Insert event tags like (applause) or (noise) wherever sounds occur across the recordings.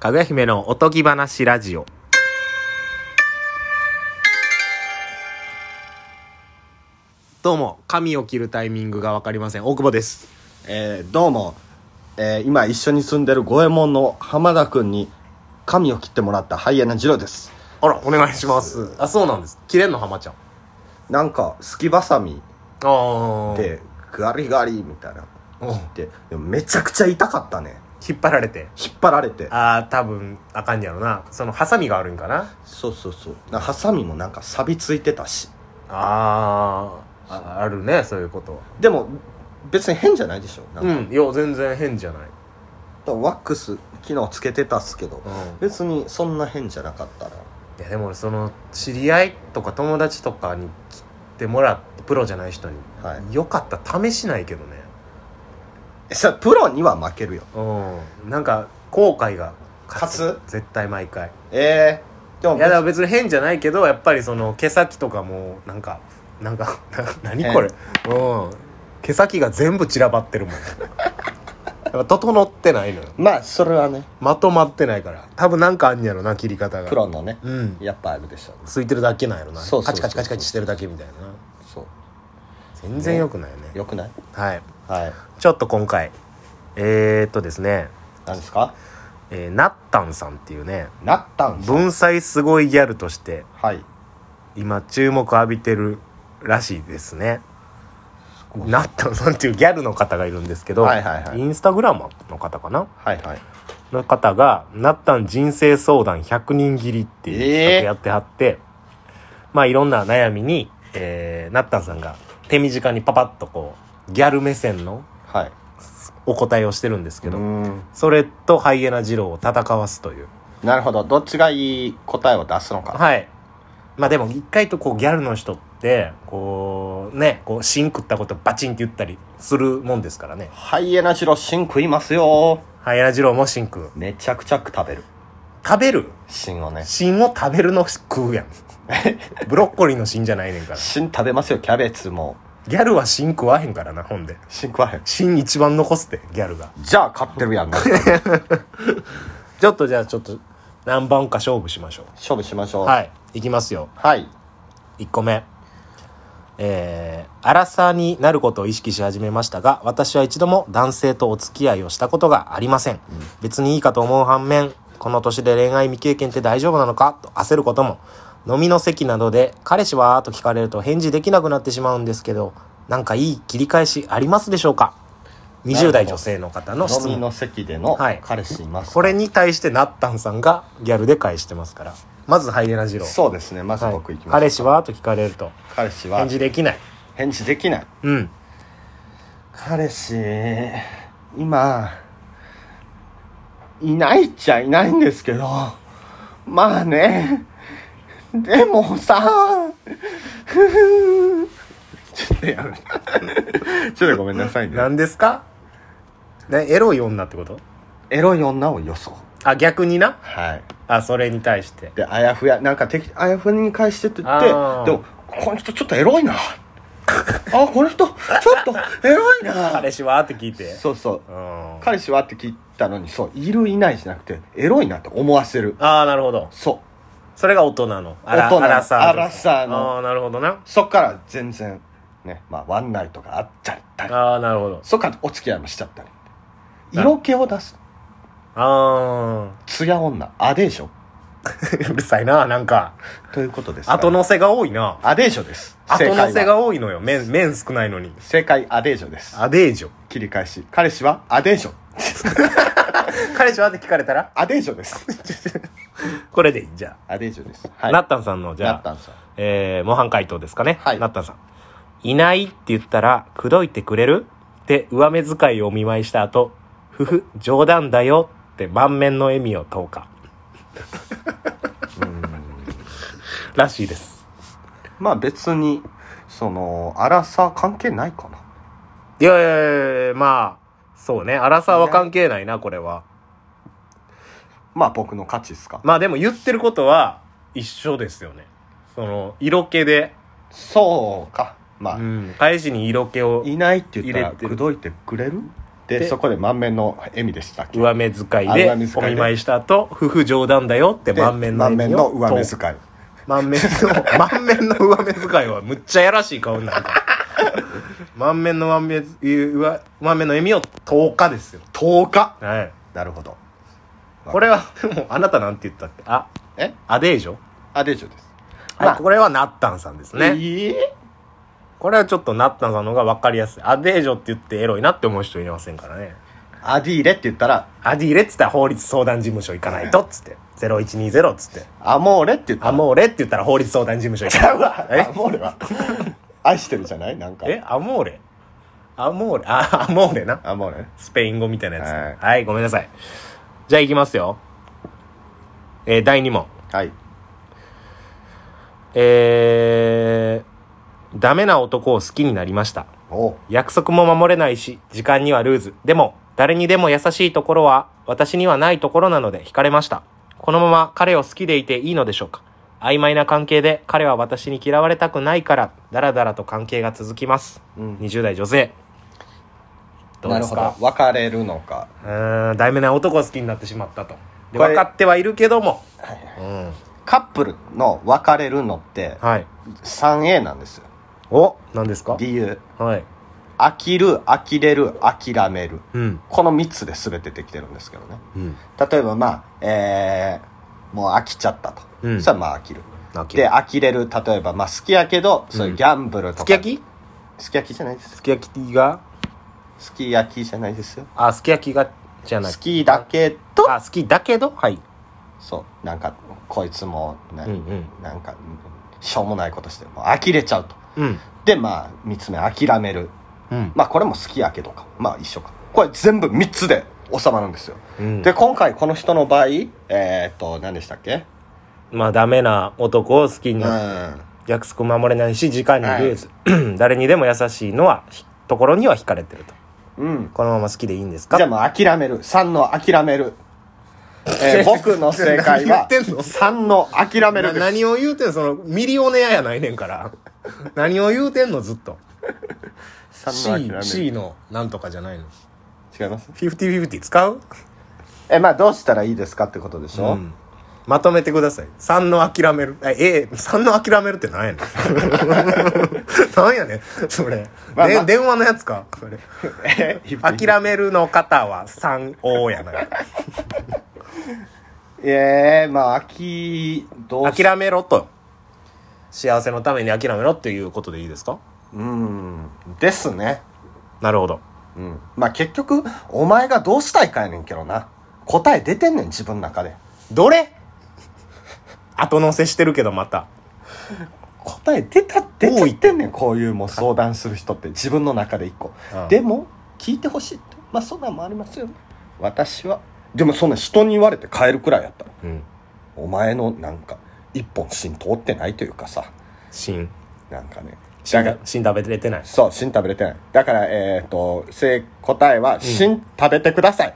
かぐや姫のおとぎ話ラジオ。どうも、髪を切るタイミングがわかりません。大久保です。えーどうも、えー今一緒に住んでる五右衛門の浜田君に髪を切ってもらったハイエナ二郎ですあら、お願いします。あ、そうなんです。切れんの、浜ちゃん。なんかすきばさみあで、でガリガリみたいなうんででもめちゃくちゃ痛かったね引っ張られて。引っ張られてあー、多分、あかんやろな。その、ハサミがあるんかな。そうそうそうなハサミもなんか錆びついてたしあー、ああるね、そういうことは。でも別に変じゃないでしょなんか、うん、いや、全然変じゃない。ワックス昨日つけてたっすけどうん。別にそんな変じゃなかったらいやでも俺その知り合いとか友達とかに切ってもらってプロじゃない人に、はいよかった試しないけどねえさプロには負けるようんなんか後悔が勝絶対毎回えー、でもいやだから別に変じゃないけどやっぱりその毛先とかもなんかなんか (laughs) な何これうん毛先が全部散らばってる (laughs) もんやっぱ整ってないのよまあそれはねまとまってないから多分なんかあんやろな切り方がプロのねうんやっぱあるでしょうねついてるだけなんやろなそうカそうそうチカチカチカチしてるだけみたいなそう全然良くないよねよくないはいはいちょっと今回えー、っとですね、何ですかえー、なったんさんっていうねなったんさん文才すごいギャルとしてはい今注目浴びてるらしいですねなったんさんっていうギャルの方がいるんですけど、はいはいはいインスタグラマーの方かなはいはいの方が「なったん人生相談100人切り」っていう企画やってはって、まあいろんな悩みに、えー、なったんさんが手短にパパッとこうギャル目線のはいお答えをしてるんですけうど、んそれとハイエナ二郎を戦わすという。なるほどどっちがいい答えを出すのかはい。まあでも一回とこうギャルの人って、こうね、こう芯食ったことバチンって言ったりするもんですからね。ハイエナ白芯食いますよハイエナ二郎も芯食う。めちゃくちゃ食べる食べる芯をね芯を食べるの食う (laughs) やん。ブロッコリーの芯じゃないねんから。芯食べますよキャベツもギャルは芯食わへんからな、ほんで。芯食わへん芯一番残すって、ギャルが。じゃあ勝ってるやん勝ちょっとじゃあちょっと何番か勝負しましょ負しましょう。ういはい。いきますよ。はい1個目。えー、荒さになることを意識し始めましたが、私は一度も男性とお付き合いをしたことがありません。別にいいかと思う反面、この年で恋愛未経験って大丈夫なのかと焦ることも、飲みの席などで、彼氏はと聞かれると返事できなくなってしまうんですけど、なんかいい切り返しありますでしょうか ?20 代女性の方の質飲み問。の席でのはい彼氏いますこれに対してなったんさんがギャルで返してますから。まずハイエナジロー。そうですねまずはい僕いきます彼氏はと聞かれると、彼氏は返事できない。返事できないうん。彼氏今いないっちゃいないんですけどまあねでもさ (laughs) ふふちょっとやめて (laughs) ちょっとごめんなさいね何ですかねエロい女ってことエロい女を予想あ逆になはいあそれに対してであやふやなんかてきあやふやに返してって言ってであーもこの人ちょっとエロいなあこの人ちょっとエロいな彼氏はって聞いてそうそううんあ彼氏はって聞いたのにそういるいないじゃなくてエロいなって思わせるあーなるほどそうそれが大人のあら大人のアラサーアラサーのああーなるほどなそっから全然ねまあワンナイトがあっちゃったりああなるほどそっからお付き合いもしちゃったりな色気を出すあ艶女アデーション (laughs) あうるさいななんかということです後乗せが多いなアデーションです後乗せ正解はが多いのよ面面少ないのに正解アデーションですアデージョ切り返し彼氏はアデーション彼氏はって聞かれたらアデーションですこれでいいじゃアデーションですあ、はいなったんさんのじゃあなったんさんえー、模範解答ですかね。はいなったんさん。いないって言ったら、口説いてくれるって上目遣いをお見舞いした後、ふふ、冗談だよって満面の笑みを投下。らしいです。まあ別にその荒さ関係ないかないやいやいやまあ、そうね。荒さは関係ないな、これは。まあ僕の価値ですかまあでも言ってることは一緒ですよね。その、色気で、そうかまあうん、返しに色気をいないって言ったら入れて口る説いてくれるででそこで満面の笑みでしたっけ上目遣いあで上目遣いおで見舞いした後夫婦冗談だよってで満面の満面の上目い遣い満面 (laughs) の満面の上目遣いはむっちゃやらしい顔になるから満面の上目上満面の笑みを10日ですよ10日はいなるほどこれはもうあなたなんて言ったってあえアデージョ、あで以上ですはいまあこれはナッタンさんですね、いいこれはちょっとナッタンさんの方が分かりやすいアデージョって言ってエロいなって思う人いませんからねアディーレって言ったらアディーレっつったら法律相談事務所行かないとっつって0120っつってアモーレって言ったらアモーレって言ったら法律相談事務所行ちかゃなういわえアモー (laughs) レは愛してるじゃないなんかえアモーレアモーレあアモーレなアモーレスペイン語みたいなやつはいはい、ごめんなさいじゃあ行きますよえー、第2問はいえー、ダメな男を好きになりましたお約束も守れないし時間にはルーズでも誰にでも優しいところは私にはないところなので惹かれましたこのまま彼を好きでいていいのでしょうか曖昧な関係で彼は私に嫌われたくないからダラダラと関係が続きます、うん20代女性どうなでるすほかど別れるのかうーんダメな男を好きになってしまったとでこれ分かってはいるけども、うんカップルの別れるのってはい 3A なんですよお何ですか理由はい飽きる飽きれる諦めるうんこの3つで全てできてるんですけどねうん例えばまあえーもう飽きちゃったと、うんそしたらまあ飽きる泣きで飽きれる例えばまあ好きやけどそういうギャンブルとか、すき焼ききすき焼きじゃないですすき焼きがすき焼きじゃないですよあすき焼きがじゃない好きだけどあ好きだけどはいそうなんかこいつもね、うんうんなんかしょうもないことしてもう呆れちゃうとうんでまあ3つ目諦めるうんまあこれも好きやけどかまあ一緒かこれ全部3つで収まるんですよ、うんで今回この人の場合えー、っと何でしたっけまあダメな男を好きにうんなる約束守れないし時間にルーズ、誰にでも優しいのはひところには惹かれてるとうんこのまま好きでいいんですかじゃあもう諦める3の諦 (laughs) める、えー僕の正解は何言ってんの3の諦めるなです何を言うてんそのミリオネアやないねんから (laughs) 何を言うてんのずっと3 C, の諦め C るのなんとかじゃないの違います50-50使う、えまあどうしたらいいですかってことでしょ、うんまとめてください3の諦めるあ A3 の諦めるって何やねん (laughs) 何やねんそれ、まあまあで電話のやつかそれ諦めるの方は 3O やないえー、まあ秋どうし諦めろと幸せのために諦めろっていうことでいいですかうんですねなるほどうんまあ結局お前がどうしたいかやねんけどな答え出てんねん自分の中でどれ後乗せしてるけどまた答え出た出ちゃってんねんこういうもう相談する人って自分の中で一個、うんでも聞いてほしいってまあそんなんもありますよね私はでもそんな人に言われて変えるくらいやったらうんお前のなんか一本芯通ってないというかさ芯なんかねだから芯芯食べれてないそう芯食べれてないだからえっ、と正答えは芯食べてくだ (laughs) さい、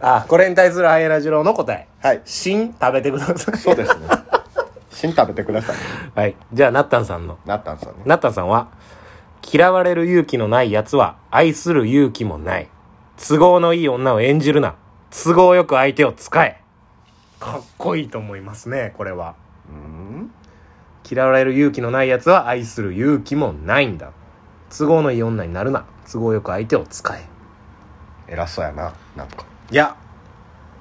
あこれに対するハイラジローの答えはい芯食べてくださいそうですね (laughs) 芯食べてくださいはいじゃあなったんさんのなったんですよねなったんさんは嫌われる勇気のない奴は愛する勇気もない都合のいい女を演じるな都合よく相手を使えかっこいいと思いますねこれはうん嫌われる勇気のない奴は愛する勇気もないんだ都合のいい女になるな都合よく相手を使え偉そうやななんかいや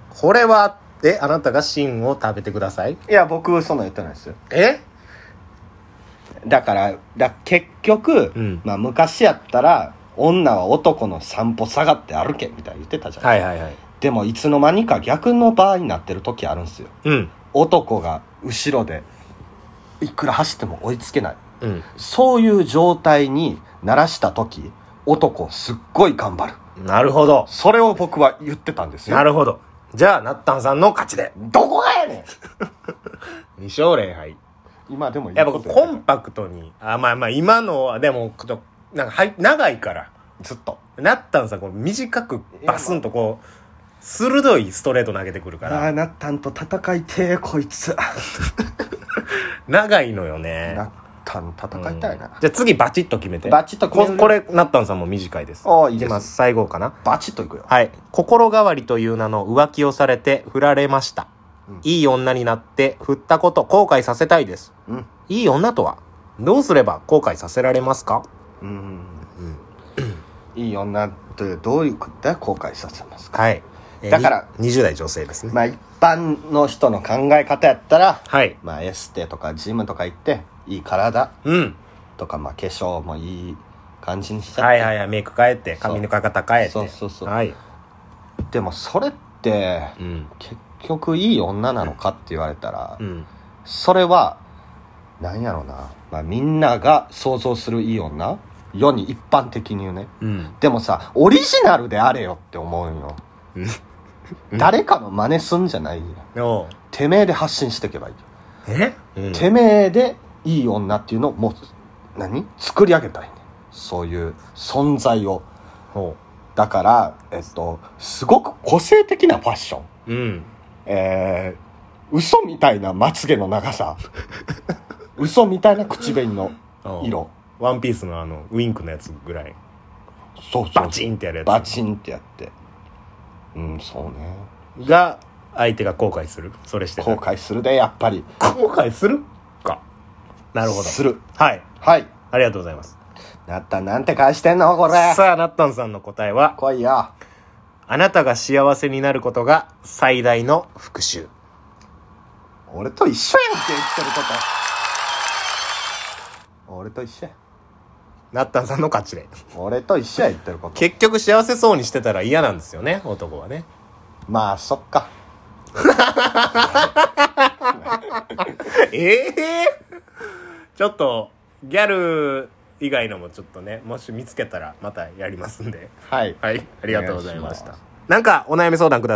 これはえあなたが芯を食べてくださいいや僕そんなん言ってないですよえだからだ結局、うんまあ、昔やったら女は男の散歩下がって歩けみたいに言ってたじゃん、はいはいはいでもいつの間にか逆の場合になってる時あるんですようん男が後ろでいくら走っても追いつけないうんそういう状態にならした時男すっごい頑張るなるほどそれを僕は言ってたんですよなるほどじゃあなったんさんの勝ちでどこがやね2ん勝0敗今でもいいやっぱことコやンパクトにあまあまあ今のはでもちょっとなんかはい長いからずっとなったんさこう短くバスンとこう鋭いストレート投げてくるかああらなったんと戦いてえこいつ長いのよねなたん戦いたいな、じゃあ次バチッと決めてバチッと決めるここれなったんさんも短いですおーいいできすます最後かなバチッといくよはい心変わりという名の浮気をされて振られました、うんいい女になって振ったこと後悔させたいですうんいい女とはどうすれば後悔させられますかうん、いい女ってどういうことで後悔させますかはい、えーだからに20代女性ですね、まあ一般の人の考え方やったら、はいまあ、エステとかジムとか行っていい体うんとか、まあ、化粧もいい感じにしちゃって、はいはいはいメイク変えて髪の髪型変えてそうそうそうはい、でもそれってうん結局いい女なのかって言われたら、うん、それはなんやろうな、まあ、みんなが想像するいい女世に一般的に言うねうん、でもさオリジナルであれよって思うんようん誰かの真似すんじゃないよおうてめえで発信していけばいいよ、え、うんてめえでいい女っていうのをもう何作り上げたいねそういう存在をほだからえっとすごく個性的なファッションううんえー、嘘みたいなまつげの (laughs) 長さ嘘みたいな口紅のおう色ワンピースのあのウインクのやつぐらいそうそうバチンってやるやつバチンってやってうんそうねが相手が後悔するそれしてた後ら悔するでやっぱり後悔するかなるほどするはいはいありがとうございますなったなんて返してんのこれさあなったんさんの答えは来いよあなたが幸せになることが最大の復讐俺と一緒やんけ言ってること俺と一緒やなったんさんの勝ちで俺と一緒や言ってること結局幸せそうにしてたら嫌なんですよね男はねまあそっか (laughs) ええちょっとギャル以外のもちょっとねもし見つけたらまたやりますんではいはいありがとうございましお願いしまたすなんかお悩み相談ください